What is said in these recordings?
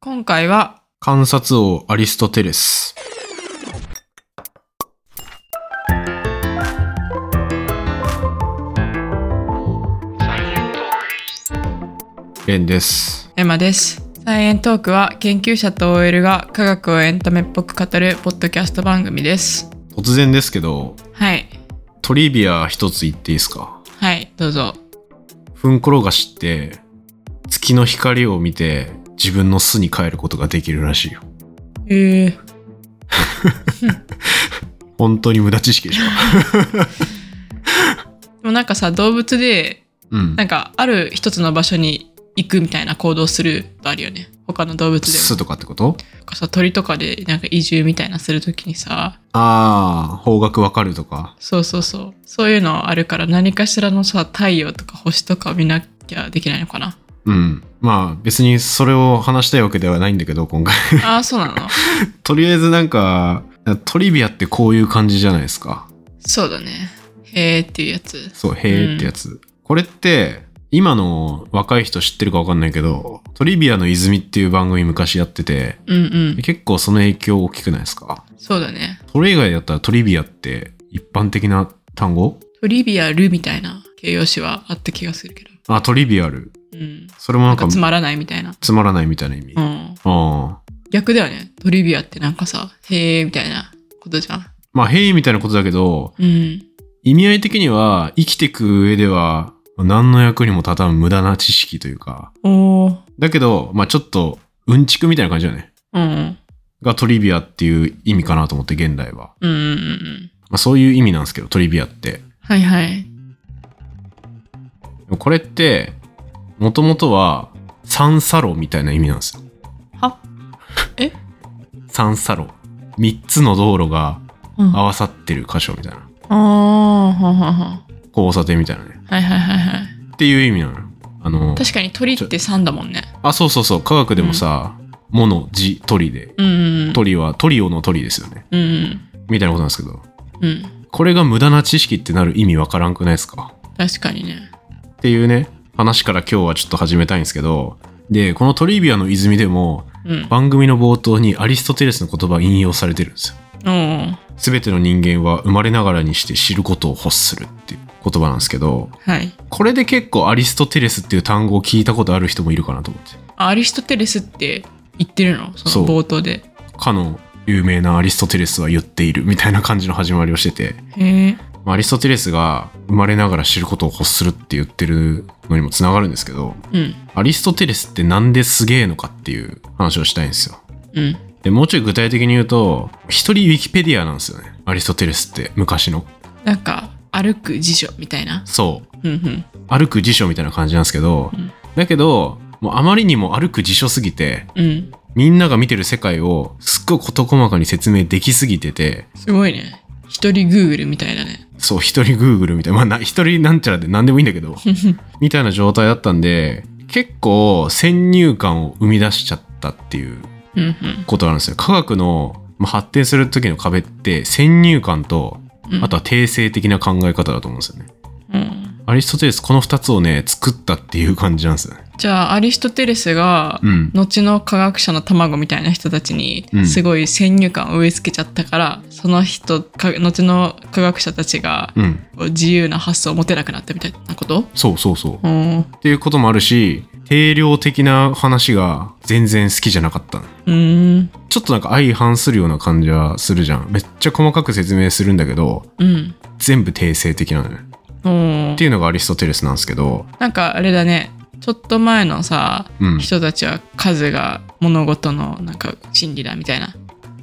今回は、観察王アリストテレス。レンです。エマです。サイエントークは研究者と OL が科学をエンタメっぽく語るポッドキャスト番組です。突然ですけど、はい。トリビア一つ言っていいですかはい、どうぞ。フンコロガシって、月の光を見て自分の巣に帰ることができるらしいよ。えー、本当に無駄知識でしょ。でもなんかさ、動物で、うんな。んかある一つの場所に行くみたいな行動するとあるよね。他の動物で巣とかってことも。とかさ、鳥とかでなんか移住みたいなするときにさ、ああ、方角わかるとか。そうそうそう。そういうのあるから何かしらのさ、太陽とか星とか見なきゃできないのかな。うん。まあ別にそれを話したいわけではないんだけど、今回。 ああ、そうなの。とりあえずなんか、トリビアってこういう感じじゃないですか。そうだね。へーっていうやつ。そう、へーってやつ。これって、今の若い人知ってるかわかんないけど、トリビアの泉っていう番組昔やってて、うんうん。結構その影響大きくないですかそうだね。それ以外だったらトリビアって一般的な単語トリビアルみたいな形容詞はあった気がするけど。あ、トリビアル。うん。それもななんんかかつまらないみたいな。つまらないみたいな意味。うあん。あ。逆だよね。トリビアってなんかさ、へーみたいなことじゃん。まあ、へーみたいなことだけど、うん。意味合い的には生きてく上では何の役にも立たん無駄な知識というか。おー。だけど、まあちょっとうんちくみたいな感じだよね。うん。がトリビアっていう意味かなと思って現代は。うんうんうん。まあ、そういう意味なんですけど、トリビアって。はいはい。これって、もともとは、サンサロみたいな意味なんですよ。はえサンサロ。三つの道路がうん、合わさってる箇所みたいな。あーはんはんはん交差点みたいなね。はいはいはいはい。っていう意味なのよ。あの、確かに鳥って3だもんね。あ、そうそうそう。科学でもさ、モノ、ジ、トリで。うんうんトリはトリオのトリですよね。うん。うんみたいなことなんですけど。うん。うん。これが無駄な知識ってなる意味わからんくないですか確かにね。っていうね話から今日はちょっと始めたいんですけどでこのトリビアの泉でもうん。番組の冒頭にアリストテレスの言葉引用されてるんですようん。全ての人間は生まれながらにして知ることを欲するっていう言葉なんですけどはい。これで結構アリストテレスっていう単語を聞いたことある人もいるかなと思ってあアリストテレスって言ってるのそのそう冒頭で。かの有名なアリストテレスは言っているみたいな感じの始まりをしてて、へえ。まあアリストテレスが生まれながら知ることを欲するって言ってるのにもつながるんですけどうん。アリストテレスってなんですげえのかっていう話をしたいんですよ。うん。で、もうちょい具体的に言うと、一人ウィキペディアなんですよね。アリストテレスって昔の。なんか、歩く辞書みたいな。そう。うんうん。歩く辞書みたいな感じなんですけど、うんだけど、もうあまりにも歩く辞書すぎて、うん。みんなが見てる世界をすっごい事細かに説明できすぎてて、すごいね。一人グーグルみたいだね。そう、一人 Google みたいな、まあな、一人なんちゃらで何でもいいんだ けど、みたいな状態だったんで、結構先入観を生み出しちゃったっていううんうんことなんですよ。科学のまあ発展する時の壁って先入観とうん。あとは定性的な考え方だと思うんですよね。うん。アリストテレスこの2つをね作ったっていう感じなんですよね。じゃあ、アリストテレスが、うん。後の科学者の卵みたいな人たちにうんすごい先入観を植え付けちゃったから、その人か後の科学者たちがうん。こう自由な発想を持てなくなったみたいなことそうそうそうう。っんうていうこともあるし定量的な話が全然好きじゃなかったの。ーんちょっとなんか相反するような感じはするじゃん。めっちゃ細かく説明するんだけどうん全部定性的なのね。うんっていうのがアリストテレスなんですけど。なんかあれだねちょっと前のさ、うん。人たちは数が物事のなんか真理だみたいな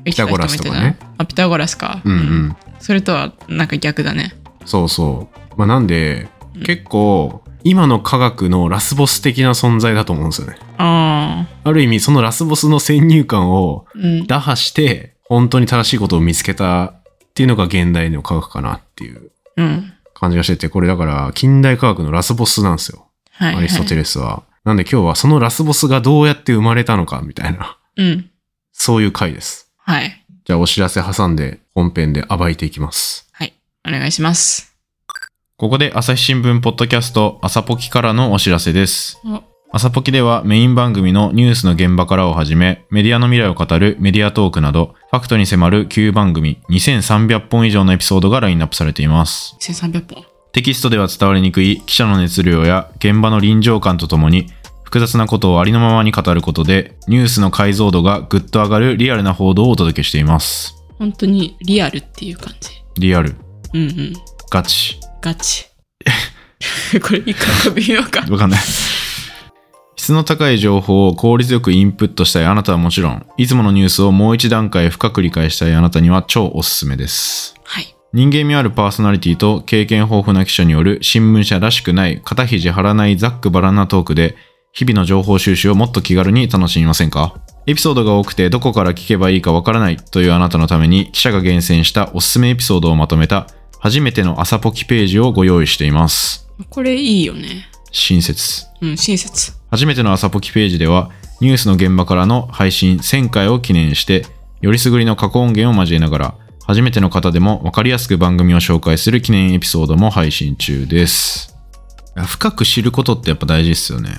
ピタゴラスとかねあピタゴラスか、うんうん。それとはなんか逆だねそうそう。まあ、なんでうん、結構、今の科学のラスボス的な存在だと思うんですよね。あある意味、そのラスボスの先入観をーうん打破して、本当に正しいことを見つけたっていうのが現代の科学かなっていううん感じがしてて、これだから、近代科学のラスボスなんですよ。はい、アリストテレレスは。なんで今日はそのラスボスがどうやって生まれたのかみたいな、 うんそういう回です。はいじゃあお知らせ挟んで本編で暴いていきます。はいお願いしますここで朝日新聞ポッドキャスト朝ポキからのお知らせです。お朝ポキではメイン番組のニュースの現場からをはじめ、メディアの未来を語るメディアトークなど、ファクトに迫る旧番組2300本以上のエピソードがラインナップされています。 1300本。テキストでは伝わりにくい記者の熱量や現場の臨場感とともに複雑なことをありのままに語ることでニュースの解像度がぐっと上がるリアルな報道をお届けしています本当にリアルっていう感じ。リアルうんうん。ガチガチ。 これ一回飛びようか。わかんない 質の高い情報を効率よくインプットしたいあなたはもちろんいつものニュースをもう一段階深く理解したいあなたには超おすすめですはい。人間味あるパーソナリティと経験豊富な記者による新聞社らしくない肩肘張らないざっくばらんなトークで日々の情報収集をもっと気軽に楽しみませんかエピソードが多くてどこから聞けばいいかわからないというあなたのために記者が厳選したおすすめエピソードをまとめた初めての朝ポキページをご用意しています。これいいよね。親切。うん、親切。初めての朝ポキページではニュースの現場からの配信1000回を記念してよりすぐりの過去音源を交えながら初めての方でも分かりやすく番組を紹介する記念エピソードも配信中ですいや深く知ることってやっぱ大事ですよね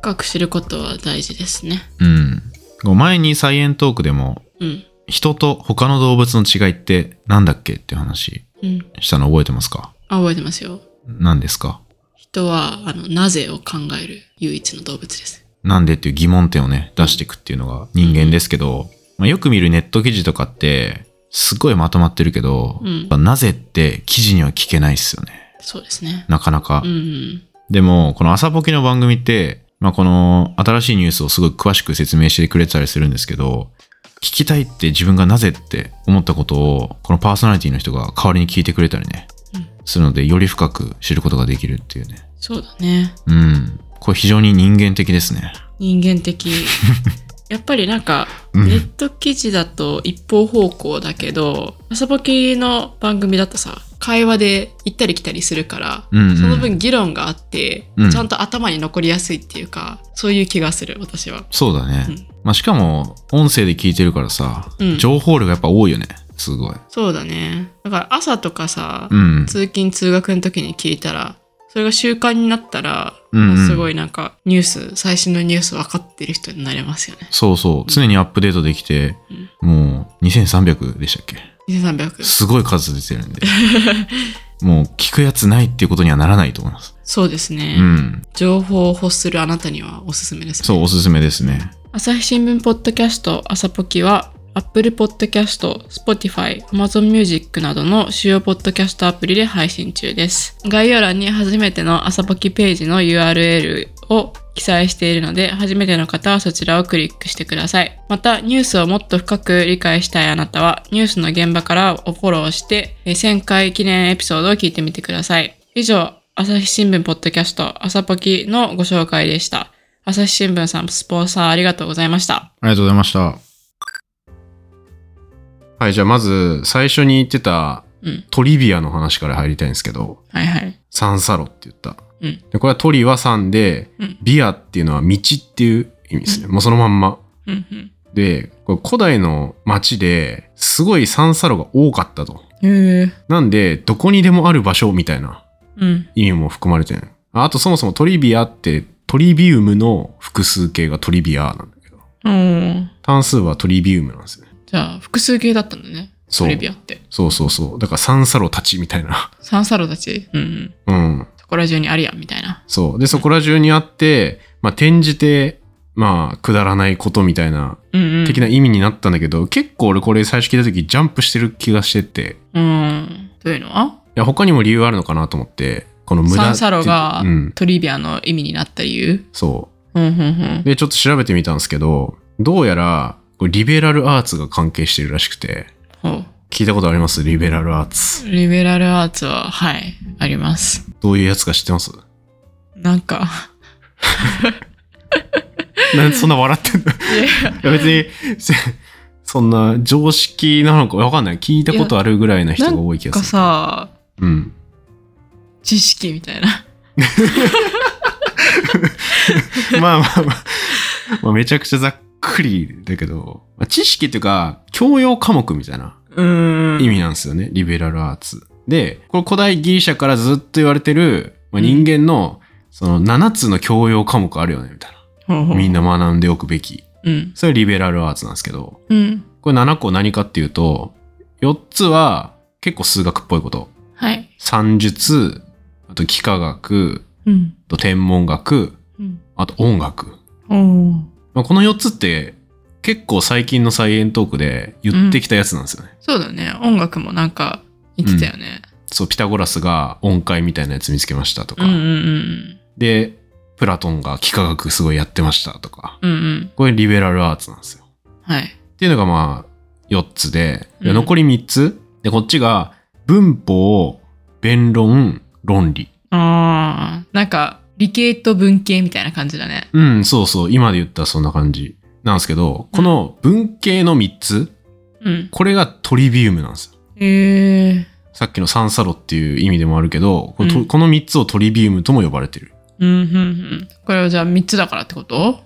深く知ることは大事ですね。うんこう前にサイエントークでもうん。人と他の動物の違いってなんだっけっていう話うん。したの覚えてますかあ、覚えてますよ。何ですか人は、あの、なぜを考える唯一の動物です。なんでっていう疑問点をね出していくっていうのが人間ですけど、まあ、よく見るネット記事とかってすごいまとまってるけど、うんまあなぜって記事には聞けないっすよねそうですね。なかなか、うんうん。でもこの朝ポキの番組って、まあ、この新しいニュースをすごく詳しく説明してくれてたりするんですけど聞きたいって自分がなぜって思ったことをこのパーソナリティの人が代わりに聞いてくれたりうね、んするのでより深く知ることができるっていうねそうだね。うんこれ非常に人間的ですね人間 的。やっぱりなんか、うんネット記事だと一方方向だけど、朝ぼきの番組だとさ、会話で行ったり来たりするから、うんうんその分議論があって、うんちゃんと頭に残りやすいっていうか、そういう気がする、私は。そうだね、うんまあ、しかも音声で聞いてるからさ、うん情報量がやっぱ多いよねすごいそうだね。だから朝とかさ、うん通勤通学の時に聞いたらそれが習慣になったら、うんもうんうすごいなんかニュース最新のニュース分かってる人になれますよねそうそう常にアップデートできて、もう2300でしたっけ2300すごい数出てるんでもう聞くやつないっていうことにはならないと思いますそうですうね、ん情報を欲するあなたにはおすすめです、ね、そうおすすめですね朝日新聞ポッドキャスト朝ポキは Apple Podcast、Spotify、Amazon Music などの主要ポッドキャストアプリで配信中です。概要欄に初めての朝ポキページの URL を記載しているので、初めての方はそちらをクリックしてください。また、ニュースをもっと深く理解したいあなたは、ニュースの現場からをフォローして、えー1000回記念エピソードを聞いてみてください。以上、朝日新聞ポッドキャスト朝ポキのご紹介でした。朝日新聞さん、スポンサーありがとうございました。ありがとうございましたはいじゃあまず最初に言ってたうん。トリビアの話から入りたいんですけどはいはい。サンサロって言ったうん。でこれはトリは3で、うんビアっていうのは道っていう意味ですね、もうそのまんまうんうん。で、これ古代の町ですごい三叉路が多かったと。へえ。なんで、どこにでもある場所みたいなうん。意味も含まれてる。ああとそもそもトリビアってトリビウムの複数形がトリビアなんだけど、おー単数はトリビウムなんですね。じゃあ、複数形だったんだね。そうトリビアって。そうそうそう。だから三叉路たちみたいな。サンサロたち。うんうん。うん。そこら中にあるやん、みたいな。そう。で、そこら中にあって、まあ、転じて、まあ、くだらないことみたいな、うんうん。的な意味になったんだけど、結構俺これ最初聞いた時ジャンプしてる気がしてて、うん。どういうのはいや他にも理由あるのかなと思ってこの無サ駄ンサロがうん、トリビアの意味になった理由そうんうんうでちょっと調べてみたんですけどどうやらこれリベラルアーツが関係してるらしくてうん。ほ聞いたことありますリベラルアーツう。リベラルアーツは、はい、あります。どういうやつか知ってますなんか、 なんでそんな笑ってんの いや別にせそんな常識なのかわかんない聞いたことあるぐらいな人が多い気なんかがするさ、うん知識みたいな。 まあまあまあ、まあ、めちゃくちゃざっくりだけど、まあ知識っていうか教養科目みたいなうん意味なんですよね、リベラルアーツ。で、これ古代ギリシャからずっと言われてる、まあ、人間の、その7つの教養科目あるよねみたいほうほなうみんな学んでおくべきうん。それリベラルアーツなんですけどうん。これ7個何かっていうと4つは結構数学っぽいことはい。算術あと幾何学うん。あと天文学うん。あと音楽、おーまあ、この4つって結構最近のサイエントークで言ってきたやつなんですよね、そうだね。音楽もなんか言ってたよね。そうピタゴラスが音階みたいなやつ見つけましたとうか、んうんうんでプラトンが幾何学すごいやってましたとかうん。うんうん。これリベラルアーツなんですよ。はい。っていうのがまあ4つで、でうん残り3つ。で、こっちが文法、弁論、論理。ああ、なんか理系と文系みたいな感じだね。うん、そうそう。今で言ったらそんな感じなんですけど、この文系の3つ、うん。これがトリビウムなんですよ。へえ。さっきのサンサロっていう意味でもあるけど、これとうんこの3つをトリビウムとも呼ばれてる。うんうんうん。これはじゃあ3つだからってこと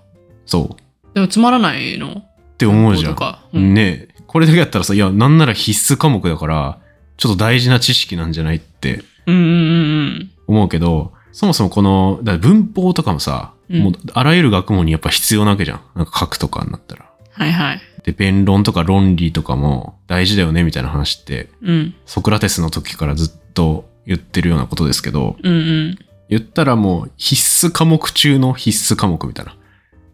そう。でもつまらないのって思うじゃ文法とん。かうんねえこれだけやったらさ、いや、なんなら必須科目だから、ちょっと大事な知識なんじゃないってうんうんうん思うけど、そもそもこの、だから文法とかもさ、うんもうあらゆる学問にやっぱ必要なわけじゃん。なんか書くとかになったら。はいはい。で、弁論とか論理とかも大事だよねみたいな話って、うんソクラテスの時からずっと言ってるようなことですけど、うんうん言ったらもう必須科目中の必須科目みたいな。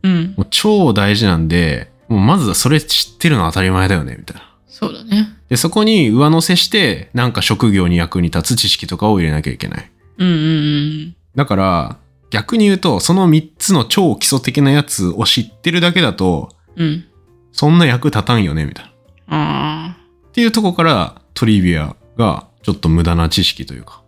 うん。もう超大事なんで、もうまずはそれ知ってるのは当たり前だよねみたいな。そうだね。で、そこに上乗せして、なんか職業に役に立つ知識とかを入れなきゃいけない。うんうんだから逆に言うとその3つの超基礎的なやつを知ってるだけだとうん。うん。そんな役立たんよねみたいな。あっていうとこからトリビアがちょっと無駄な知識というか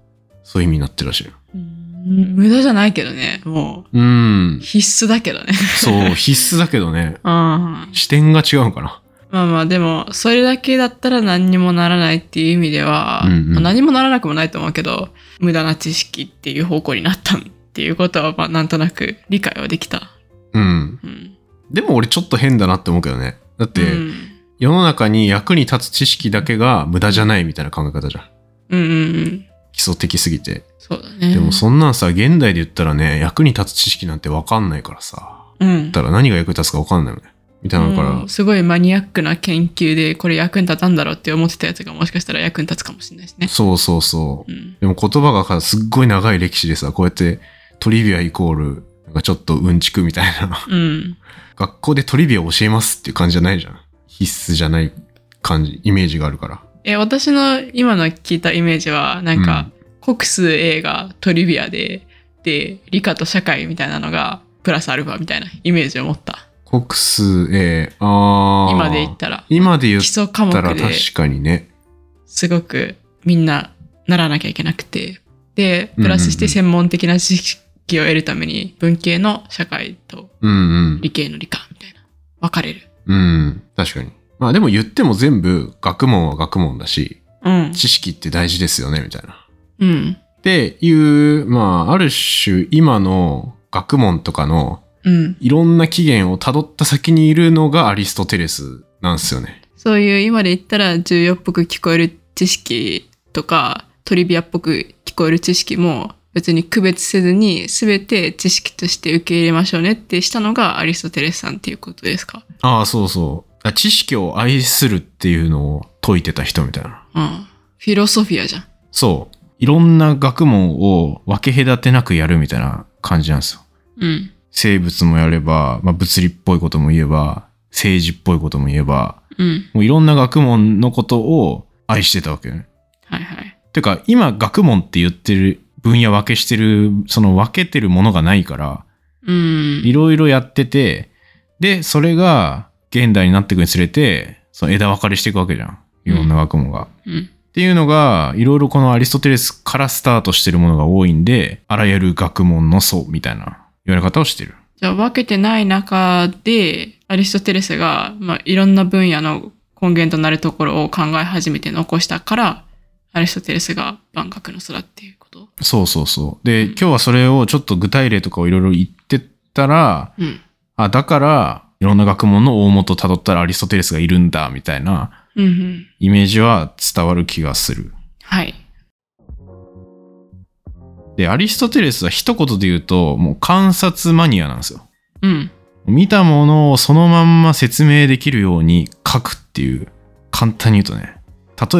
そういう意味になってるらしいよ。あ。うん無駄じゃないけどね。もうーんう。必須だけどね。そう必須だけどねああ。視点が違うのかな。まあまあでも、それだけだったら何にもならないっていう意味では、うんうんまあ何もならなくもないと思うけど、無駄な知識っていう方向になったっていうことは、まあなんとなく理解はできた。うん。うん。でも俺ちょっと変だなって思うけどね。だってうん、世の中に役に立つ知識だけが無駄じゃないみたいな考え方じゃん。うんうんうん。基礎的すぎて。そうだね。でもそんなんさ現代で言ったらね役に立つ知識なんてわかんないからさ。うんっ。たら何が役に立つか分かんないよね。みたいなのから、うんすごいマニアックな研究でこれ役に立たんだろうって思ってたやつがもしかしたら役に立つかもしれないしね。そうそうそうう。ん、でも言葉がさすっごい長い歴史でさ、こうやってトリビアイコール、なんかちょっとうんちくみたいな。 うん、学校でトリビア教えますっていう感じじゃないじゃん。必須じゃない感じ、イメージがあるから。え私の今の聞いたイメージはなんか、国数英がトリビアでで理科と社会みたいなのがプラスアルファみたいなイメージを持った国数、えー、あー今で言ったら今で言基っ礎科目たらで確かにね。すごくみんなならなきゃいけなくてでプラスしうんうんうてん専門的な知識を得るために文系の社会とうん理系の理科みたいな分かれる。うん。うん。確かに。まあでも言っても全部学問は学問だし、うん知識って大事ですよね、みたいな。うんっていう、まあ、ある種今の学問とかのうん、いろんな起源をたどった先にいるのがアリストテレスなんですよね。そういう今で言ったら重要っぽく聞こえる知識とかトリビアっぽく聞こえる知識も別に区別せずに全て知識として受け入れましょうねってしたのがアリストテレスさんっていうことですか。ああ、そうそう。あ知識を愛するっていうのを解いてた人みたいな。うん、フィロソフィアじゃん。そう。いろんな学問を分け隔てなくやるみたいな感じなんですよ。うん生物もやれば、まあ、物理っぽいことも言えば、政治っぽいことも言えば、うんもういろんな学問のことを愛してたわけよね。はいはい。てか今学問って言ってる分野分けしてるその分けてるものがないからういんろいろやっててでそれが現代になっていくにつれてその枝分かれしていくわけじゃんいろんな学問が。っうんていうのがいろいろこのアリストテレスからスタートしてるものが多いんであらゆる学問の層みたいな言われ方をしてる。じゃあ分けてない中でアリストテレスが、まあ、いろんな分野の根源となるところを考え始めて残したからアリストテレスが万学の空っていうこと。そうそうそう。でうん今日はそれをちょっと具体例とかをいろいろ言ってったらうんあだからいろんな学問の大元たどったらアリストテレスがいるんだみたいなうんうん。イメージは伝わる気がする。はい。で、アリストテレスは一言で言うと、もう観察マニアなんですよ。うん。見たものをそのまんま説明できるように書くっていう、簡単に言うとね。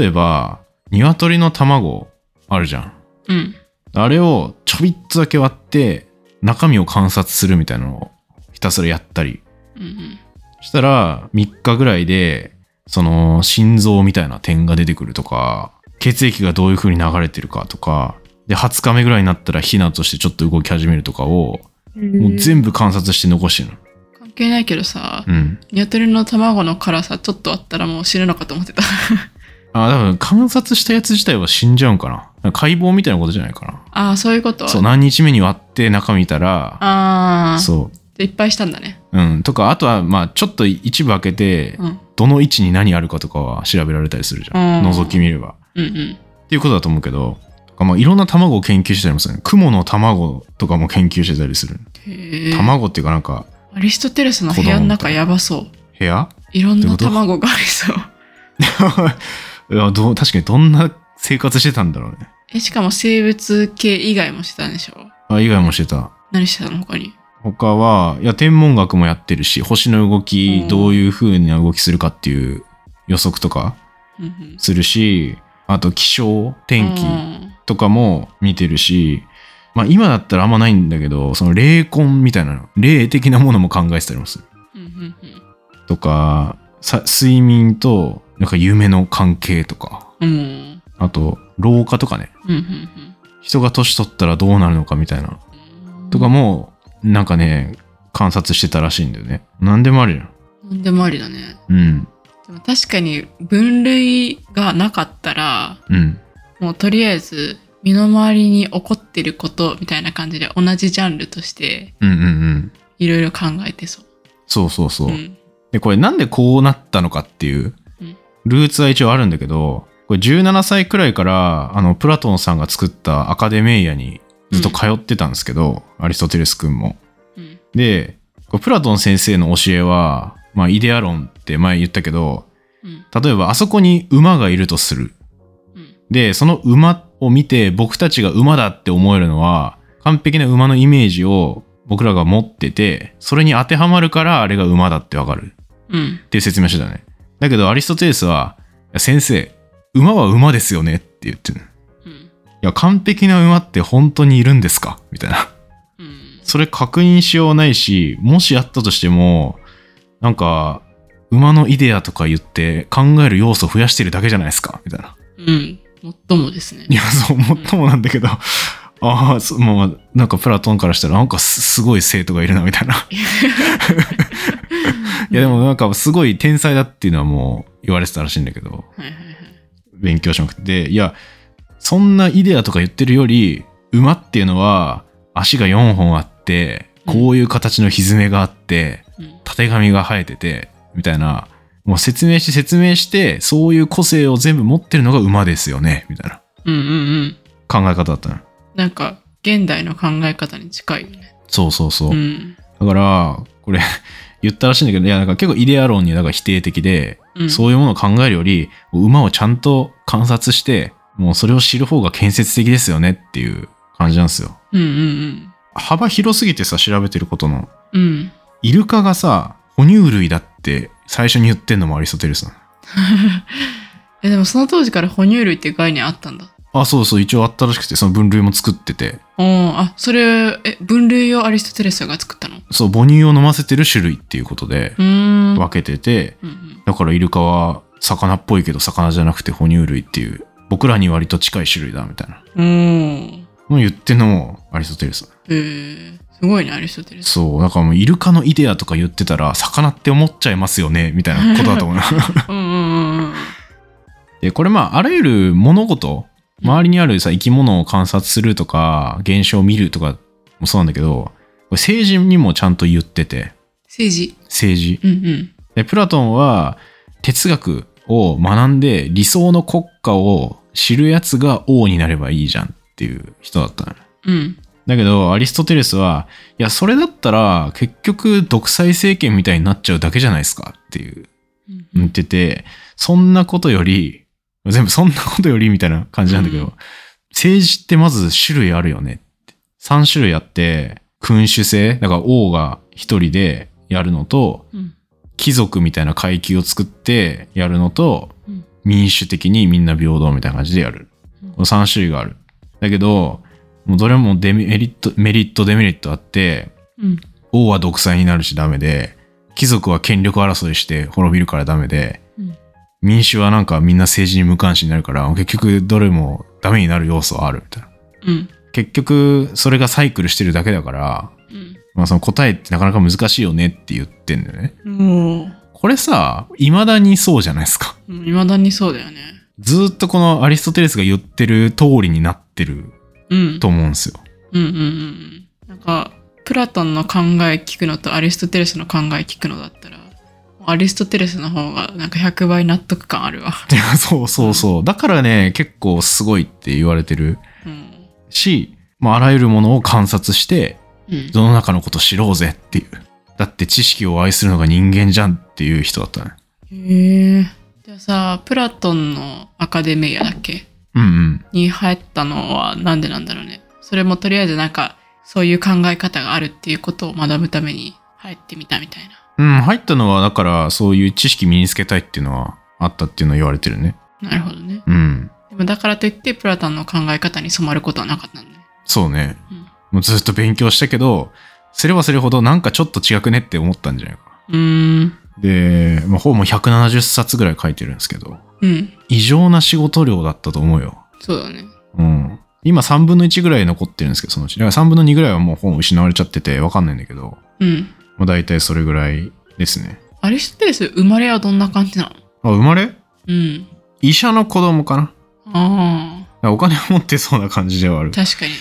例えば、鶏の卵あるじゃん。うん。あれをちょびっとだけ割って、中身を観察するみたいなのをひたすらやったり。うん。したら、3日ぐらいで、その、心臓みたいな点が出てくるとか、血液がどういう風に流れてるかとか、で、20日目ぐらいになったらヒナとしてちょっと動き始めるとかを、うん。もう全部観察して残してるの。関係ないけどさ、うん。鶏の卵の辛さちょっとあったらもう死ぬのかと思ってた。あ、多分観察したやつ自体は死んじゃうんかな。なんか解剖みたいなことじゃないかな。ああ、そういうことそう、何日目に割って中見たら、ああ、そでいっぱいしたんだね。う。うん。とか、あとは、まあ、ちょっと一部開けて、うん。どの位置に何あるかとかは調べられたりするじゃん。うん覗き見れば。うんうん。っていうことだと思うけど、まあ、いろんな卵を研究してたりもするね。雲の卵とかも研究してたりする。へえ。卵っていうかなんか、アリストテレスの部屋の中やばそう。部屋 いろんどういなうこと卵がありそう。 いやどう確かにどんな生活してたんだろうね。え、しかも生物系以外もしてたんでしょあ、以外もしてた。何してたの他に。他は、いや、天文学もやってるし、星の動うき、んどういう風な動きするかっていう予測とかうんうん。するし、あと気象、天気うんとかも見てるし、まあ今だったらあんまないんだけど、その霊魂みたいなの、霊的なものも考えてたりもする。うんとか、さ睡眠と、なんか夢の関係とか、うんうん。うんあと、老化とかね。うんうん人が年取ったらどうなるのかみたいな。うん。とかも、なんかね、観察してたらしいんだよね。なんでもあるよ。なんでもありだね。うん。でも確かに分類がなかったら、うん。もうとりあえず身の回りに起こってることみたいな感じで同じジャンルとしてうんうんうん。いろいろ考えてそう。そうそうそう。ん。で、これなんでこうなったのかっていううん、ルーツは一応あるんだけど、これ17歳くらいから、あの、プラトンさんが作ったアカデメイアにずっと通ってたんですけど、アリストテレス君も。うん。で、こうプラトン先生の教えは、まあ、イデア論って前言ったけど、うん。例えばあそこに馬がいるとする。うん。で、その馬を見て僕たちが馬だって思えるのは、完璧な馬のイメージを僕らが持ってて、それに当てはまるからあれが馬だってわかるうん。っていう説明してたね。だけどアリストテレスは、いや先生、馬は馬ですよねって言ってる。いうん。や、完璧な馬って本当にいるんですかみたいな。うん。それ確認しようないし、もしやったとしても、なんか、馬のイデアとか言って考える要素増やしてるだけじゃないですかみたいな。うん。もっともですねい。や、そう、もっともなんだけど、ああ、そうまあ、なんかプラトンからしたら、なんかすすごい生徒がいるな、みたいな。いや、でもなんかすごい天才だっていうのはもう言われてたらしいんだけど、はいはいはい。勉強しなくて。でいや、そんなイデアとか言ってるより、馬っていうのは足が4本あって、こういう形の蹄があって、うん。縦髪が生えてて、みたいな、もう説明して説明して、そういう個性を全部持ってるのが馬ですよね、みたいなうんうんうん。考え方だったの。なんか、現代の考え方に近いよね。そうそうそう。うん。だから、これ、言ったらしいんだけど、いや、なんか結構イデア論になんか否定的で、うん。そういうものを考えるより、馬をちゃんと観察して、もうそれを知る方が建設的ですよねっていう感じなんですよ。うんうん幅広すぎてさ、調べてることの。うん。うん。イルカがさ、哺乳類だって最初に言ってんのもアリストテレスなの。え、でもその当時から哺乳類っていう概念あったんだ。あ、そうそう、一応あったらしくて、その分類も作ってて、おーあ、それ、え、分類をアリストテレスが作ったのうそう、母乳を飲ませてる種類っていうことでーん。分けてて、うんうん。だからイルカは魚っぽいけど魚じゃなくて哺乳類っていう、僕らに割と近い種類だみたいなおーのを言ってんのもアリストテレス。へーすごいね、アリストテレス。そう、だからもうイルカのイデアとか言ってたら、魚って思っちゃいますよね、みたいなことだと思う。 うんうんうんうん。で、これまあ、あらゆる物事、周りにあるさ、生き物を観察するとか、現象を見るとかもそうなんだけど、これ政治にもちゃんと言ってて、政治。政治。うんうん。でプラトンは哲学を学んで理想の国家を知るやつが王になればいいじゃんっていう人だったのようん。だけどアリストテレスはいやそれだったら結局独裁政権みたいになっちゃうだけじゃないですかっていうんうう言っん。ててそんなことより全部そんなことよりみたいな感じなんだけど、うん政治ってまず種類あるよねって。3種類あって、君主制、だから王が一人でやるのと、うん。貴族みたいな階級を作ってやるのと、うん民主的にみんな平等みたいな感じでやる。うんこの3種類がある。だけど、もうどれもデメリット、メリット、デメリットあって、うん。王は独裁になるしダメで、貴族は権力争いして滅びるからダメで、うん民衆はなんかみんな政治に無関心になるから、結局どれもダメになる要素はあるみたいな。うん。結局、それがサイクルしてるだけだから、まあその答えってなかなか難しいよねって言ってんだよね。うん。もう、これさ、未だにそうじゃないですか。うん未だにそうだよね。ずーっとこのアリストテレスが言ってる通りになってるうん。と思うんですよ。うんうんうんうん。なんか、プラトンの考え聞くのとアリストテレスの考え聞くのだったら、アリストテレスの方がなんか100倍納得感あるわ。いや そうそうそう。だからね、結構すごいって言われてるうん。し、まあ、あらゆるものを観察して、うん。世の中のこと知ろうぜっていう。だって知識を愛するのが人間じゃんっていう人だったね。へえ。じゃあさ、プラトンのアカデミアだっけうんうん。に入ったのはなんでなんだろうね。それもとりあえずなんか、そういう考え方があるっていうことを学ぶために入ってみたみたいな。うん、入ったのは、だから、そういう知識身につけたいっていうのはあったっていうのは言われてるね。なるほどね。うん。でもだからといって、プラトンの考え方に染まることはなかったんだね。そうね。うんもうずっと勉強したけど、すればするほどなんかちょっと違くねって思ったんじゃないかな。うーん。で、まあ、本も170冊ぐらい書いてるんですけど、うん。異常な仕事量だったと思うよ。そうだね。うん。今3分の1ぐらい残ってるんですけど、そのうち。だから3分の2ぐらいはもう本失われちゃってて、わかんないんだけど、うん。まあ、大体それぐらいですね。アリストテレス、生まれはどんな感じなのあ、生まれうん。医者の子供かなだかあらお金を持ってそうな感じではあるあ、。確かに。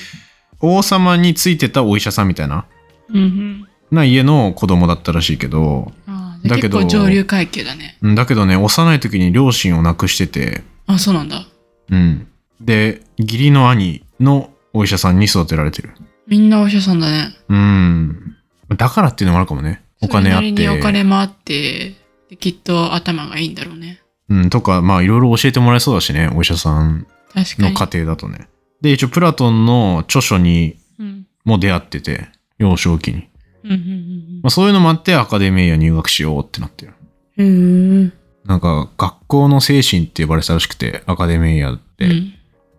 王様についてたお医者さんみたいな、うんうん。な家の子供だったらしいけど、ああ、じゃあだ結けど構上流階級だね。うんだけどね、幼い時に両親を亡くしてて、あ、そうなんだ。うん。で、義理の兄のお医者さんに育てられてる。みんなお医者さんだね。うん。だからっていうのもあるかもね。お金あっそれなりて。にお金もあって、できっと頭がいいんだろうね。うん、とか、まあいろいろ教えてもらえそうだしね、お医者さん確かのに。家庭だとね。で、一応プラトンの著書にうん。も出会ってて、幼少期に。うんうんまあ、そういうのもあってアカデミーや入学しようってなってる。うんうん。へえ。なんか学校の精神って呼ばれてたらしくて、アカデミーやって、うん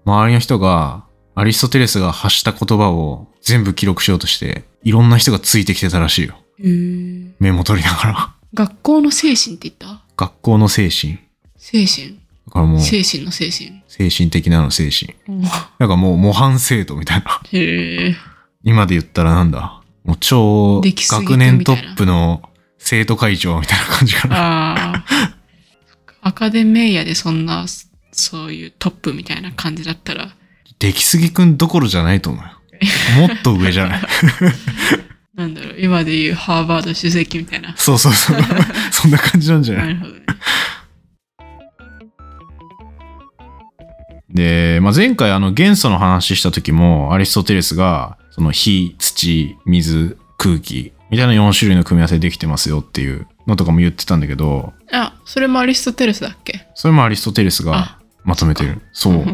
周りの人がアリストテレスが発した言葉を全部記録しようとして、いろんな人がついてきてたらしいよ。へえ。メモ取りながら。 学校の精神って言った学校の精神。精神。だからもう、精精神の精神。神的なの精神。うんなんかもう模範生徒みたいな。 へえ。今で言ったらなんだもう超できすぎて学みたいな年トップの生徒会長みたいな感じ かな。ああ。アカデミーヤでそんな、そういうトップみたいな感じだったら、出来すぎくんどころじゃないと思うよ。もっと上じ ゃない。なんだろう、今で言うハーバード主席みたい な。そうそうそう。そんな感じなんじゃな、ないるほどね。で、まあ、前回あの元素の話した時もアリストテレスがその火、土、水、空気みたいな4種類の組み合わせできてますよっていうのとかも言ってたんだけど、あ、それもアリストテレスだっけそれもアリストテレスがあまとめてる。そう。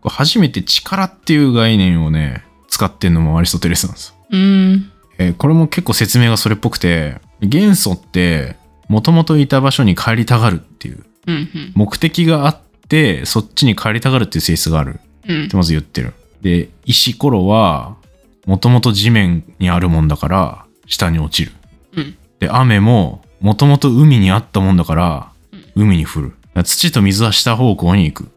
これ初めて力っていう概念をね、使ってんのもアリストテレスなんですようん。えーこれも結構説明がそれっぽくて元素ってもともといた場所に帰りたがるっていううんうん。目的があってそっちに帰りたがるっていう性質があるうんって。まず言ってるで石ころはもともと地面にあるもんだから下に落ちるうん。で雨ももともと海にあったもんだからうん海に降るだから土と水は下方向に行く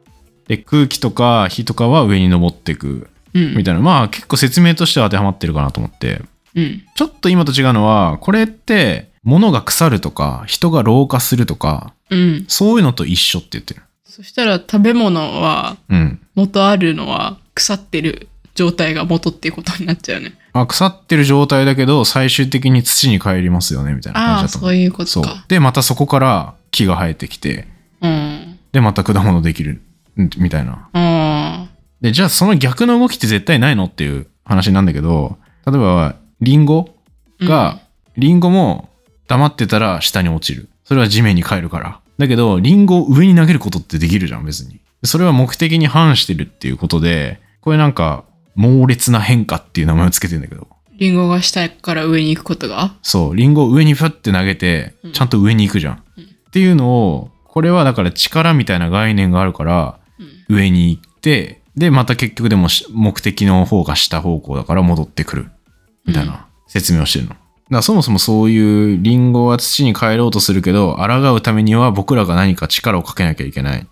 で空気とか火とかは上に登っていくうん。みたいなまあ結構説明としては当てはまってるかなと思ってうん。ちょっと今と違うのは、これって、物が腐るとか、人が老化するとか、うん。そういうのと一緒って言ってる。そしたら食べ物は、うん。元あるのは腐ってる状態が元っていうことになっちゃうね。あ、腐ってる状態だけど、最終的に土に帰りますよね、みたいな感あじあ、だと思そういうこう。とか。で、またそこから木が生えてきて、うん。で、また果物できる、うんみたいな。あで、じゃあその逆の動きって絶対ないのっていう話なんだけど、例えば、リンゴあ。が、リンゴも黙ってたら下に落ちる。それは地面に帰るから。だけど、リンゴを上に投げることってできるじゃん、別に。それは目的に反してるっていうことで、ここれなんか、猛烈な変化っていう名前をつけてんだけど、リンゴが下から上に行くことがそう、リンゴを上にフッて投げてうん、ちゃんと上に行くじゃん。うんっていうのを、これはだから力みたいな概念があるから、うん上に行って、で、また結局でもし目的の方が下方向だから戻ってくる。みたいな説明をしてるの。だからそもそもそういうリンゴは土に帰ろうとするけど、抗うためには僕らが何か力をかけなきゃいけない。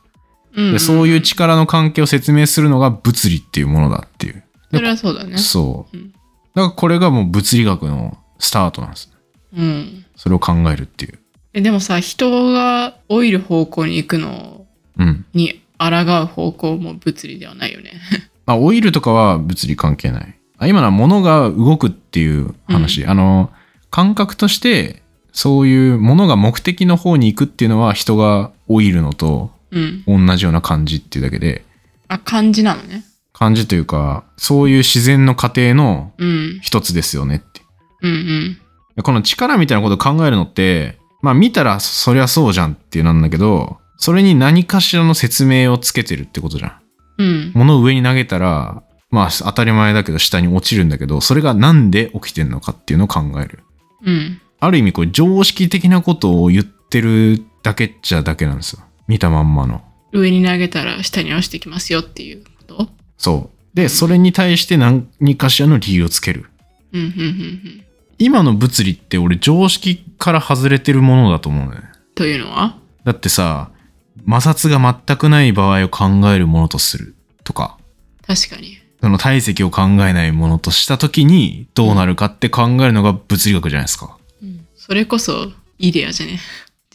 うんで、そういう力の関係を説明するのが物理っていうものだっていう。それはそうだねそう。うんだからこれがもう物理学のスタートなんです。うんそれを考えるっていう。えでもさ人が老いる方向に行くのうん。に抗う方向も物理ではないよね まあ、オイルとかは物理関係ない。あ今のは物が動くっていう話。あの、感覚として、そういう物が目的の方に行くっていうのは人が老いるのとうん同じような感じっていうだけで、あ感じなのね感じというか、そういう自然の過程のうん一つですよねって。うんうんでこの力みたいなことを考えるのって、まあ見たらそりゃそうじゃんっていうなんだけど、それに何かしらの説明をつけてるってことじゃん。うん物を上に投げたら、まあ当たり前だけど下に落ちるんだけど、それがなんで起きてんのかっていうのを考える。うんある意味こう常識的なことを言ってるだけっちゃだけなんですよ。見たまんまの。上に投げたら下に落ちてきますよっていうことそう。で、それに対して何かしらの理由をつける。うんうんうんうん今の物理って俺常識から外れてるものだと思うね。というのはだってさ、摩擦が全くない場合を考えるものとするとか、確かにその体積を考えないものとした時にどうなるかって考えるのが物理学じゃないですか。それこそイデアじゃね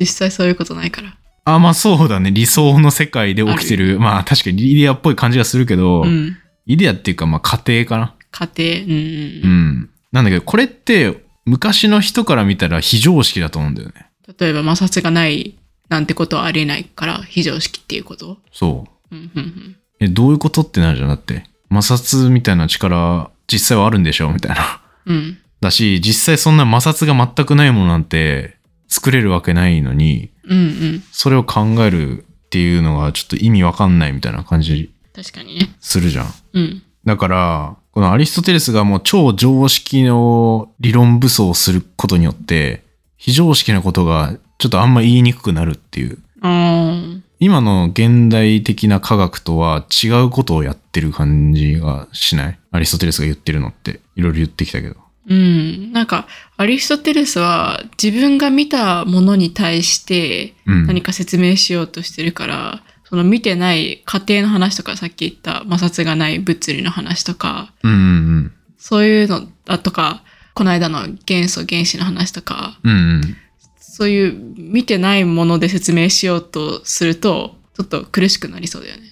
実際そういうことないからあ、まあそうだね。理想の世界で起きてる。まあ確かにイデアっぽい感じがするけど、うんイデアっていうかまあ家庭かな。家庭うんうんううんん。なんだけど、これって昔の人から見たら非常識だと思うんだよね。例えば摩擦がないなんてことはありえないから非常識っていうことそう。うんうんうんえ、どういうことってなるじゃん。だって、摩擦みたいな力、実際はあるんでしょみたいな。 うんだし、実際そんな摩擦が全くないものなんて作れるわけないのに、うんうんそれを考えるっていうのがちょっと意味わかんないみたいな感じ確かにねするじゃん。うんだから、このアリストテレスがもう超常識の理論武装をすることによって、非常識なことがちょっとあんま言いにくくなるっていう。あー今の現代的な科学とは違うことをやってる感じがしないアリストテレスが言ってるのっていろいろ言ってきたけど。うん、なんかアリストテレスは自分が見たものに対してうん。何か説明しようとしてるから、その見てない過程の話とかさっき言った摩擦がない物理の話とかうんうんそういうのだとかこの間の元素原子の話とかうん。うんうん。そういう見てないもので説明しようとするとちょっと苦しくなりそうだよね。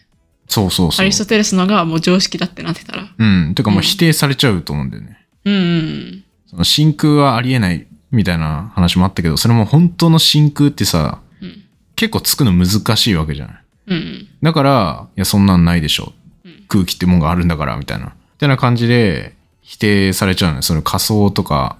そうそうアそうリ。ストテレスのがもう常識だってなってたら。うん。てかもううん否定されちゃうと思うんだよね。うんうんその真空はありえないみたいな話もあったけど、それも本当の真空ってさ、うんうん結構つくの難しいわけじゃない。うんうんだから、いや、そんなんないでしょうん。空気ってもんがあるんだから、みたいな。みたいな感じで否定されちゃうのよ。その仮想とか、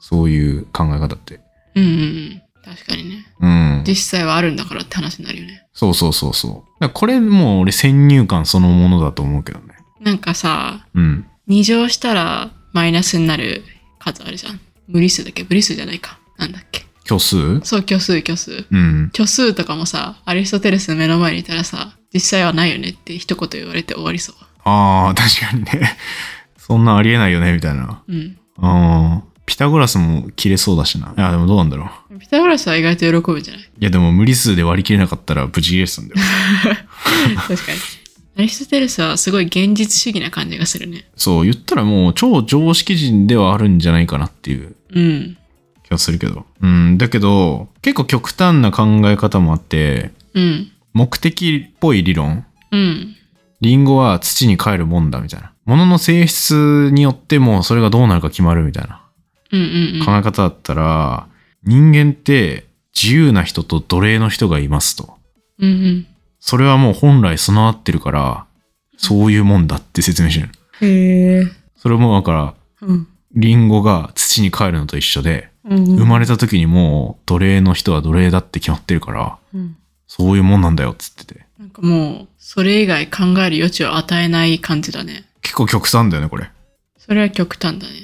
そういう考え方って。うんうん確かにね。うん。実際はあるんだからって話になるよね。そうそうそうそう。だからこれもう俺先入観そのものだと思うけどね。なんかさ、うん。 2乗したらマイナスになる数あるじゃん。無理数だっけ無理数じゃないか。なんだっけ虚数そう、虚数、虚数。うん。虚数とかもさ、アリストテレスの目の前にいたらさ、実際はないよねって一言言われて終わりそああ、確かにね。 そんなんありえないよね、みたいな。う。うん。うん。ピタゴラスも切れそうだしな。いや、でもどうなんだろう。ピタゴラスは意外と喜ぶんじゃない いや、でも無理数で割り切れなかったらブチ切れてたんだよ。確かに。アリストテレスはすごい現実主義な感じがするね。そう、言ったらもう超常識人ではあるんじゃないかなっていううん。気がするけど。うん。だけど、結構極端な考え方もあって、うん。目的っぽい理論うん。リンゴは土に帰るもんだみたいな。物の性質によってもうそれがどうなるか決まるみたいなうんうん考え方だったら、人間って自由な人と奴隷の人がいますと。うん。うんうん。それはもう本来備わってるから、そういうもんだって説明してる。へえ。それもだから、うん。リンゴが土に帰るのと一緒で、生生まれた時にもう奴隷の人は奴隷だって決まってるから、うん。そういうもんなんだよっつってて。なんかもう、それ以外考える余地を与えない感じだね。結構極端だよね、これ。それは極端だね。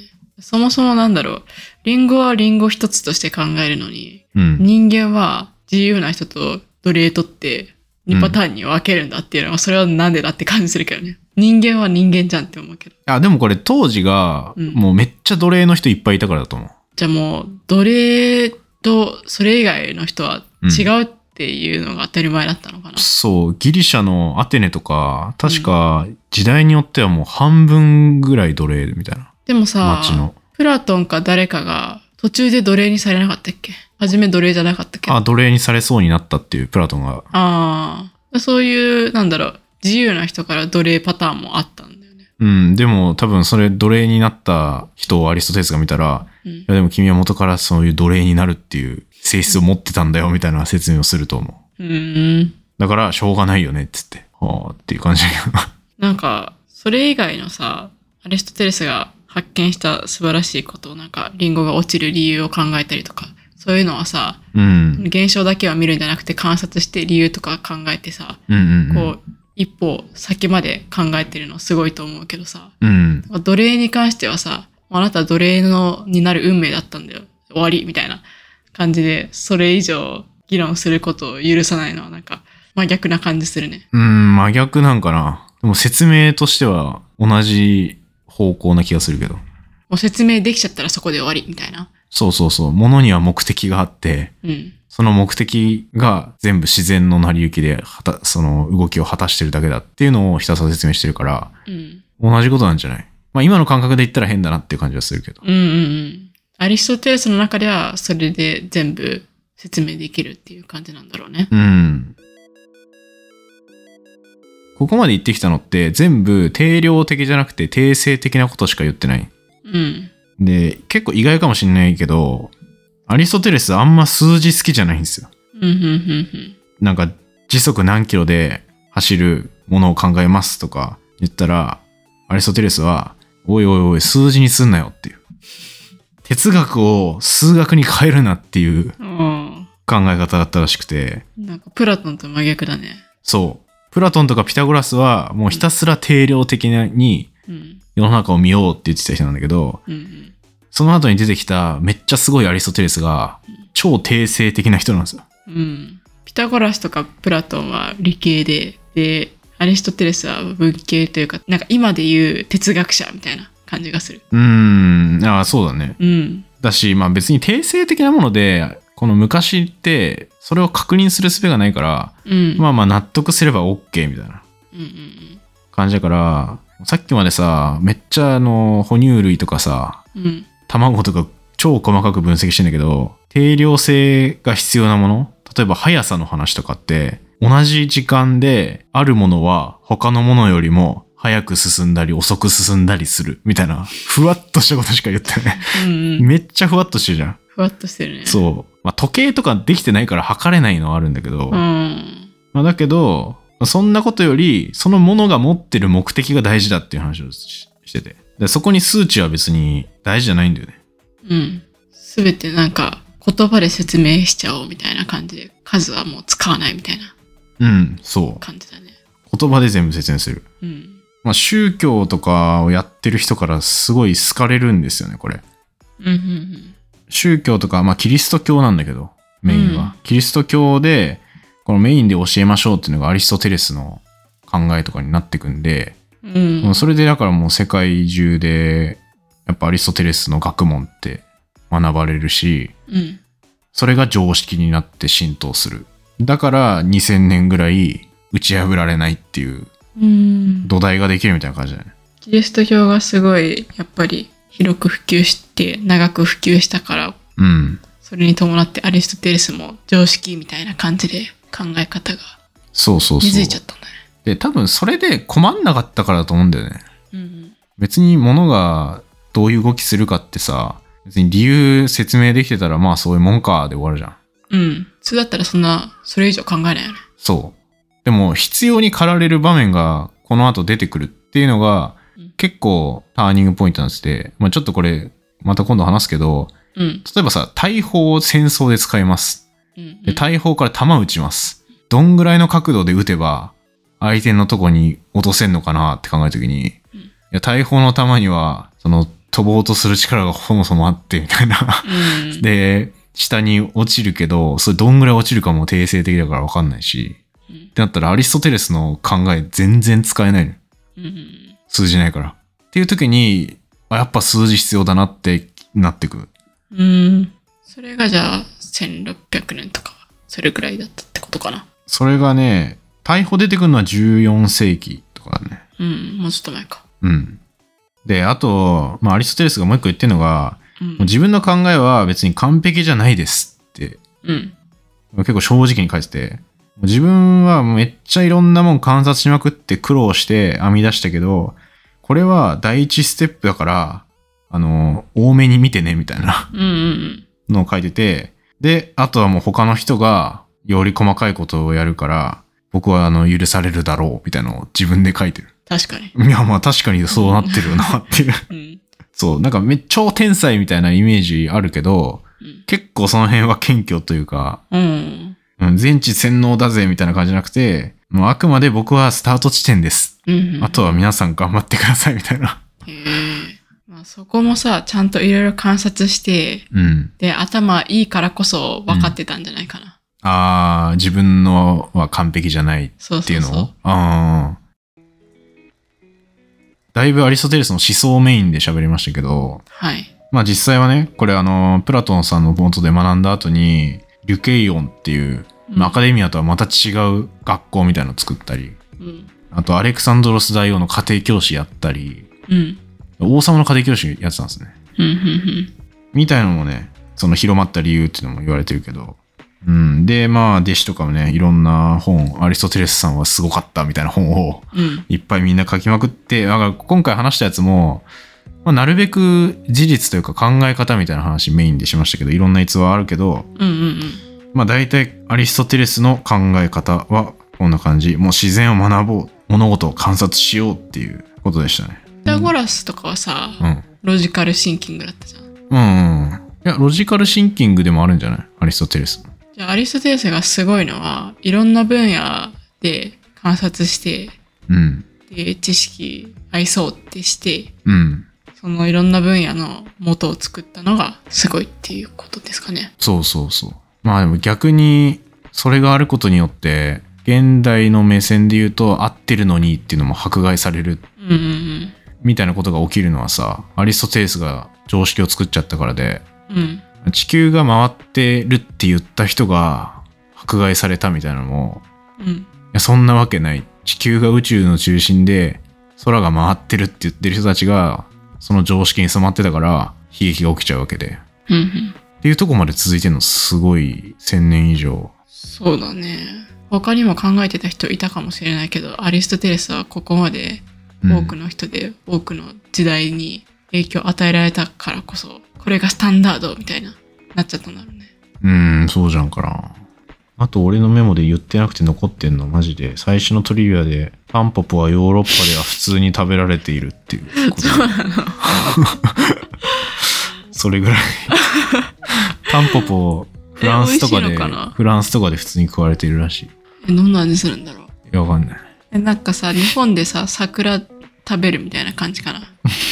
そもそもなんだろう。リンゴはリンゴ一つとして考えるのに、うん。人間は自由な人と奴隷とって2パターンに分けるんだっていうのは、それはなんでだって感じするけどね。人間は人間じゃんって思うけど。あ、でもこれ当時が、うんもうめっちゃ奴隷の人いっぱいいたからだと思う。じゃあもう、奴隷とそれ以外の人は違うっていうのが当たり前だったのかな。そう、ギリシャのアテネとか、確か時代によってはもう半分ぐらい奴隷みたいな。でもさ街、の。プラトンか誰かが途中で奴隷にされなかったっけ初め奴隷じゃなかったっけあ、奴隷にされそうになったっていうプラトンが。ああ、そういう、なんだろう、自由な人から奴隷パターンもあったんだよね。うん、でも多分それ奴隷になった人をアリストテレスが見たら、うんい、やでも君は元からそういう奴隷になるっていう性質を持ってたんだよみたいな説明をすると思う。うーん。だだからしょうがないよねっつって。はあっていう感じだけど。 なんか、それ以外のさ、アリストテレスが発見した素晴らしいことを、なんか、リンゴが落ちる理由を考えたりとか、そういうのはさ、うん。現象だけは見るんじゃなくて観察して理由とか考えてさ、うんうんうん。こう、一歩先まで考えてるのすごいと思うけどさ、うなん。んか奴隷に関してはさ、あなたは奴隷のになる運命だったんだよ。終わりみたいな感じで、それ以上議論することを許さないのはなんか真逆な感じするね。うん、真逆なんかな。でも説明としては同じ方向な気がするけど。もう説明できちゃったらそこで終わりみたいな。そうそうそう。物には目的があって、うん。その目的が全部自然の成り行きで、はたその動きを果たしてるだけだっていうのをひたすら説明してるから、うん。同じことなんじゃないまあ今の感覚で言ったら変だなっていう感じはするけど。うんうんうん。アリストテレスの中ではそれで全部説明できるっていう感じなんだろうね。うん。ここまで言ってきたのって全部定量的じゃなくて定性的なことしか言ってない。うん。で、結構意外かもしれないけど、アリストテレスあんま数字好きじゃないんですよ。うんうんうんなんか、時速何キロで走るものを考えますとか言ったら、アリストテレスは、おいおいおい、数字にすんなよっていう。哲学を数学に変えるなっていううん。うん。考え方だったらしくて、なんかプラトンと真逆だね。そう。プラトンとかピタゴラスはもうひたすら定量的にうん。世の中を見ようって言ってた人なんだけど、うんうん。その後に出てきためっちゃすごいアリストテレスが超定性的な人なんですよ。うん。ピタゴラスとかプラトンは理系で、で、アリストテレスは文系というか、なんか今で言う哲学者みたいな感じがする。うーん、ああ、そうだね。うん。だし、まあ別に定性的なもので、この昔って、それを確認する術がないから、うん。まあまあ納得すれば OK みたいなうんうん感じだから、さっきまでさ、めっちゃあの、哺乳類とかさ、うん。うん。卵とか超細かく分析してんだけど、定量性が必要なもの例えば速さの話とかって、同じ時間であるものは他のものよりも早く進んだり遅く進んだりするみたいな、ふわっとしたことしか言ってない。うんうん。めっちゃふわっとしてるじゃん。ふわっとしてるね。う。そう。まあ、時計とかできてないから測れないのはあるんだけど、うん。まあ、だけど、そんなことより、そのものが持ってる目的が大事だっていう話をししてて。でそこに数値は別に大事じゃないんだよね。うん。すべてなんか言葉で説明しちゃおうみたいな感じで、数はもう使わないみたいなうん、そう。感じだね。言葉で全部説明する。うん。まあ、宗教とかをやってる人からすごい好かれるんですよね、これ。うんうん宗教とか、まあ、キリスト教なんだけど、メインは。キリスト教で、このメインで教えましょうっていうのがアリストテレスの考えとかになってくんで、うん。うん。もうそれでだからもう世界中で、やっぱアリストテレスの学問って学ばれるし、うん。それが常識になって浸透する。だから2000年ぐらい打ち破られないっていううん。土台ができるみたいな感じだよね。キリスト教がすごいやっぱり広く普及して長く普及したからうん。それに伴ってアリストテレスも常識みたいな感じで考え方がそうそう根そ付ういちゃ。ったんだね。で、多分それで困んなかったからだと思うんだよね。うん別に物がどういう動きするかってさ、別に理由説明できてたらまあそういうもんかで終わるじゃうん。ん、うん。普通だったらそんなそれ以上考えないよね。そう。でも必要に駆られる場面がこの後出てくるっていうのがうん結構ターニングポイントなんですって、まあちょっとこれまた今度話すけど、うん。例えばさ、大砲を戦争で使います。うん、で大砲から弾撃ちます。どんぐらいの角度で打てば、相手のとこに落とせんのかなって考えるときに、うんいや、大砲の弾には、その、飛ぼうとする力がそもそもあって、みたいな。うん。で、下に落ちるけど、それどんぐらい落ちるかも定性的だからわかんないし、うんってなったらアリストテレスの考え全然使えないの。うん。数字ないから。っていう時に、あ、やっぱ数字必要だなってなってくる。うん。それがじゃあ、1600年とか、それくらいだったってことかな。それがね、逮捕出てくるのは14世紀とかだね。うん。もうちょっと前か。うん。で、あと、まあ、アリストテレスがもう一個言ってるのが、うんもう。自分の考えは別に完璧じゃないですって、うん。結構正直に書いてて、もう自分はめっちゃいろんなもん観察しまくって苦労して編み出したけど、これは第一ステップだから、あの、多めに見てね、みたいな。うんうんのを書いてて、で、あとはもう他の人がより細かいことをやるから、僕はあの許されるだろうみたいなのを自分で書いてる。確かに。いや、まあ確かにそうなってるよなっていう。うん。そう、なんかめっちゃ天才みたいなイメージあるけど、うん結構その辺は謙虚というか、うん。うん、全知全能だぜみたいな感じじゃなくて、もうあくまで僕はスタート地点です。うん。あとは皆さん頑張ってくださいみたいな。へえ。まあそこもさ、ちゃんといろいろ観察して、うん。で、頭いいからこそ分かってたんじゃないかな。あー、自分のは完璧じゃないそうってそいううのそをう。あーだいぶアリストテレスの思想をメインで喋りましたけど、はい。まあ実際はね、これあの、プラトンさんの冒頭で学んだ後に、リュケイオンっていう、まあアカデミアとはまた違う学校みたいのを作ったり、うん。あとアレクサンドロス大王の家庭教師やったり、うん。王様の家庭教師やってたんですね。うん。うん。みたいのもね、その広まった理由っていうのも言われてるけど。うん。で、まあ、弟子とかもね、いろんな本、アリストテレスさんはすごかったみたいな本をうん。うん。いっぱいみんな書きまくって、だから今回話したやつも、まあ、なるべく事実というか考え方みたいな話メインでしましたけど、いろんな逸話あるけど、うん。うん。まあ大体アリストテレスの考え方はこんな感じ。もう自然を学ぼう。物事を観察しようっていうことでしたね。ピタゴラスとかはさ、うん。ロジカルシンキングだったじゃん。うん、うん。いや、ロジカルシンキングでもあるんじゃないアリストテレス。じゃあアリストテレスがすごいのは、いろんな分野で観察して、うん。で、知識合いそうってして、うん。そのいろんな分野の元を作ったのがすごいっていうことですかね。そうそうそう。まあでも逆に、それがあることによって、現代の目線で言うと合ってるのにっていうのも迫害されるうんうんみたいなことが起きるのはさ、アリストテレスが常識を作っちゃったからで、うん。うん。地球が回ってるって言った人が迫害されたみたいなのも、うん。いやそんなわけない。地球が宇宙の中心で空が回ってるって言ってる人たちが、その常識に染まってたから悲劇が起きちゃうわけで。うんうん。っていうとこまで続いてるのすごい1000年以上そうだね。他にも考えてた人いたかもしれないけど、アリストテレスはここまで多くの、の人で、多くの時代に影響を与えられたからこそ、これがスタンダードみたいな、なっちゃったんだろうね。うん、うんそうじゃんかなあと俺のメモで言ってなくて残ってんのマジで最初のトリビアでタンポポはヨーロッパでは普通に食べられているっていうことそれぐらいタンポポフランスとかえ美で味しいのかなフランスとかで普通に食われているらしいいえ、どんな味するんだろう。やわかんないえ、なんかさ、日本でさ、桜食べるみたいな感じかな。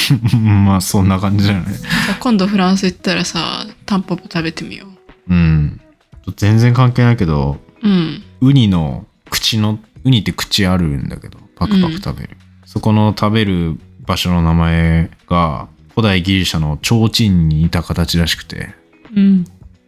まあそんな感じじゃないさ今度フランス行ったらさ、タンポポ食べてみようん全然関係ないけどう。うん。ウニの口のウニって口あるんだけどパクパク食べる、そこの食べる場所の名前が古代ギリシャの提灯に似た形らしくてうん。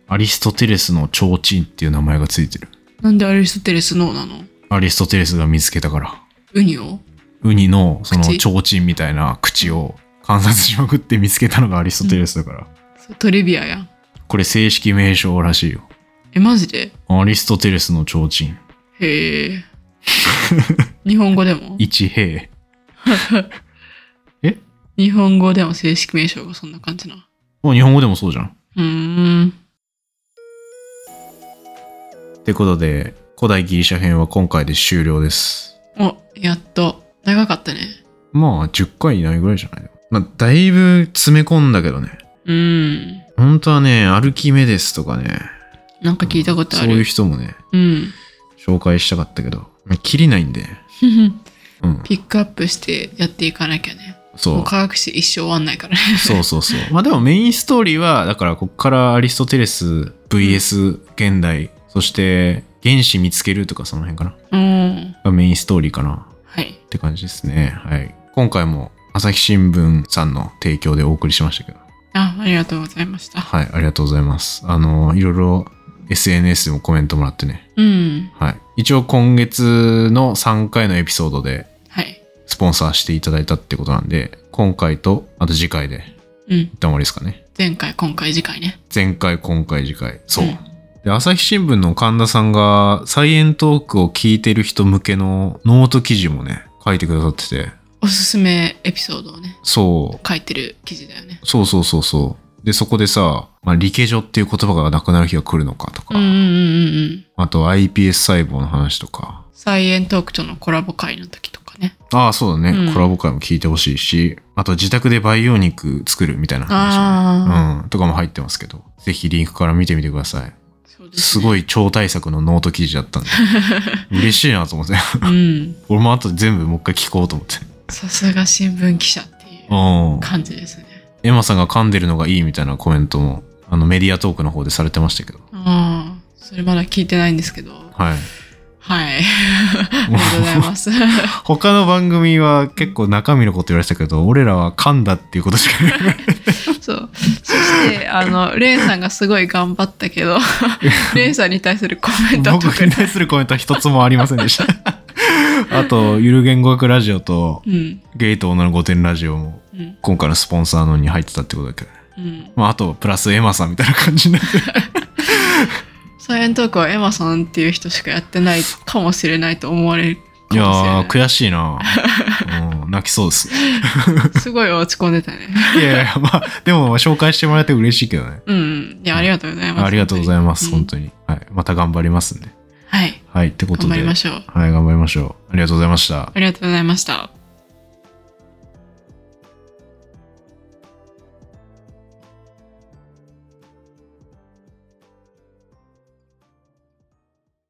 アリストテレスの提灯っていう名前がついてるなんでアリストテレスのなのアリストテレスが見つけたからウニをウニのその提口灯みたいな口を観察しまくって見つけたのがアリストテレスだから、それトリビアやん。これ正式名称らしいよえ、マジでアリストテレスの提灯へえ。日本語でも一平日本語でも正式名称がそんな感じな。もう日本語でもそうじゃんうーん。ってことで古代ギリシャ編は今回で終了ですお、やっと。長かったね。まあ10回いないぐらいじゃないまあだいぶ詰め込んだけどねうーん。本当はねアルキメデスとかねなんか聞いたことあそういうる。人もねうん。紹介したかったけど、切りないんで。うん。 ピックアップしてやっていかなきゃね。そもうう。科学史一生終わんないからね。そうそうそう。まあでもメインストーリーは、だからこっからアリストテレス VS 現代、そして原子見つけるとかその辺かな。うん。がメインストーリーかなはい。って感じですね。はい。今回も朝日新聞さんの提供でお送りしましたけど。あ、ありがとうございました。はい、ありがとうございます。あの、いろいろ SNS でもコメントもらってね。うん。はい。一応今月の3回のエピソードではい。スポンサーしていただいたってことなんで、今回と、あと次回でうん。一旦終わりですかね。前回、今回、次回ね。前回、今回、次回。そう。うんで、朝日新聞の神田さんが、サイエントークを聞いてる人向けのノート記事もね、書いてくださってて、おすすめエピソードをね、そう、書いてる記事だよね。そうそうそうそう。で、そこでさ、まあ、理系女っていう言葉がなくなる日が来るのかとか、うんうんうんうんうん。あと iPS 細胞の話とか、サイエントークとのコラボ会の時とかね。ああ、そうだね、うんコラボ会も聞いてほしいし、あと自宅で培養肉作るみたいな話、ああ、ね、うん、とかも入ってますけど、ぜひリンクから見てみてください。そうですすね。ごい超大作のノート記事だ ったんで、嬉しいなと思って。 うん。俺もあと全部もう一回聞こうと思って。さすが新聞記者っていうう感じですね。ん。エマさんが噛んでるのがいいみたいなコメントも、あのメディアトークの方でされてましたけど。ああ、それまだ聞いてないんですけど。はい。はい。 ありがとうございます。他の番組は結構中身のこと言われてたけど、俺らは噛んだっていうことしか言わないそう。そ して、あの、レイさんがすごい頑張ったけど、レイさんに対するコ メントは僕特にに。対するコメントは一つもありません でした。あと、ゆる言語学ラジオと、うん。ゲイと女の御殿ラジオも、うん。今回のスポンサーのに入ってたってことだけど。うん。まあ、あと、プラスエマさんみたいな感じに なってる。サイエントークはエマさんっていう人しかやってないかもしれないと思われるいかもしれやなー、悔しいな、うん、泣きそうです。い。すごい落ち込んでたね。 いやいや、まあ、でも、紹介してもらえて嬉しいけどね。うん。いや、ありがとうございます。ありがとうございます、本本当当に。はい。また頑張りますんで。にはい。はい、ってこと頑で。張りましょう。はい、頑張りましょう。ありがとうございました。ありがとうございました。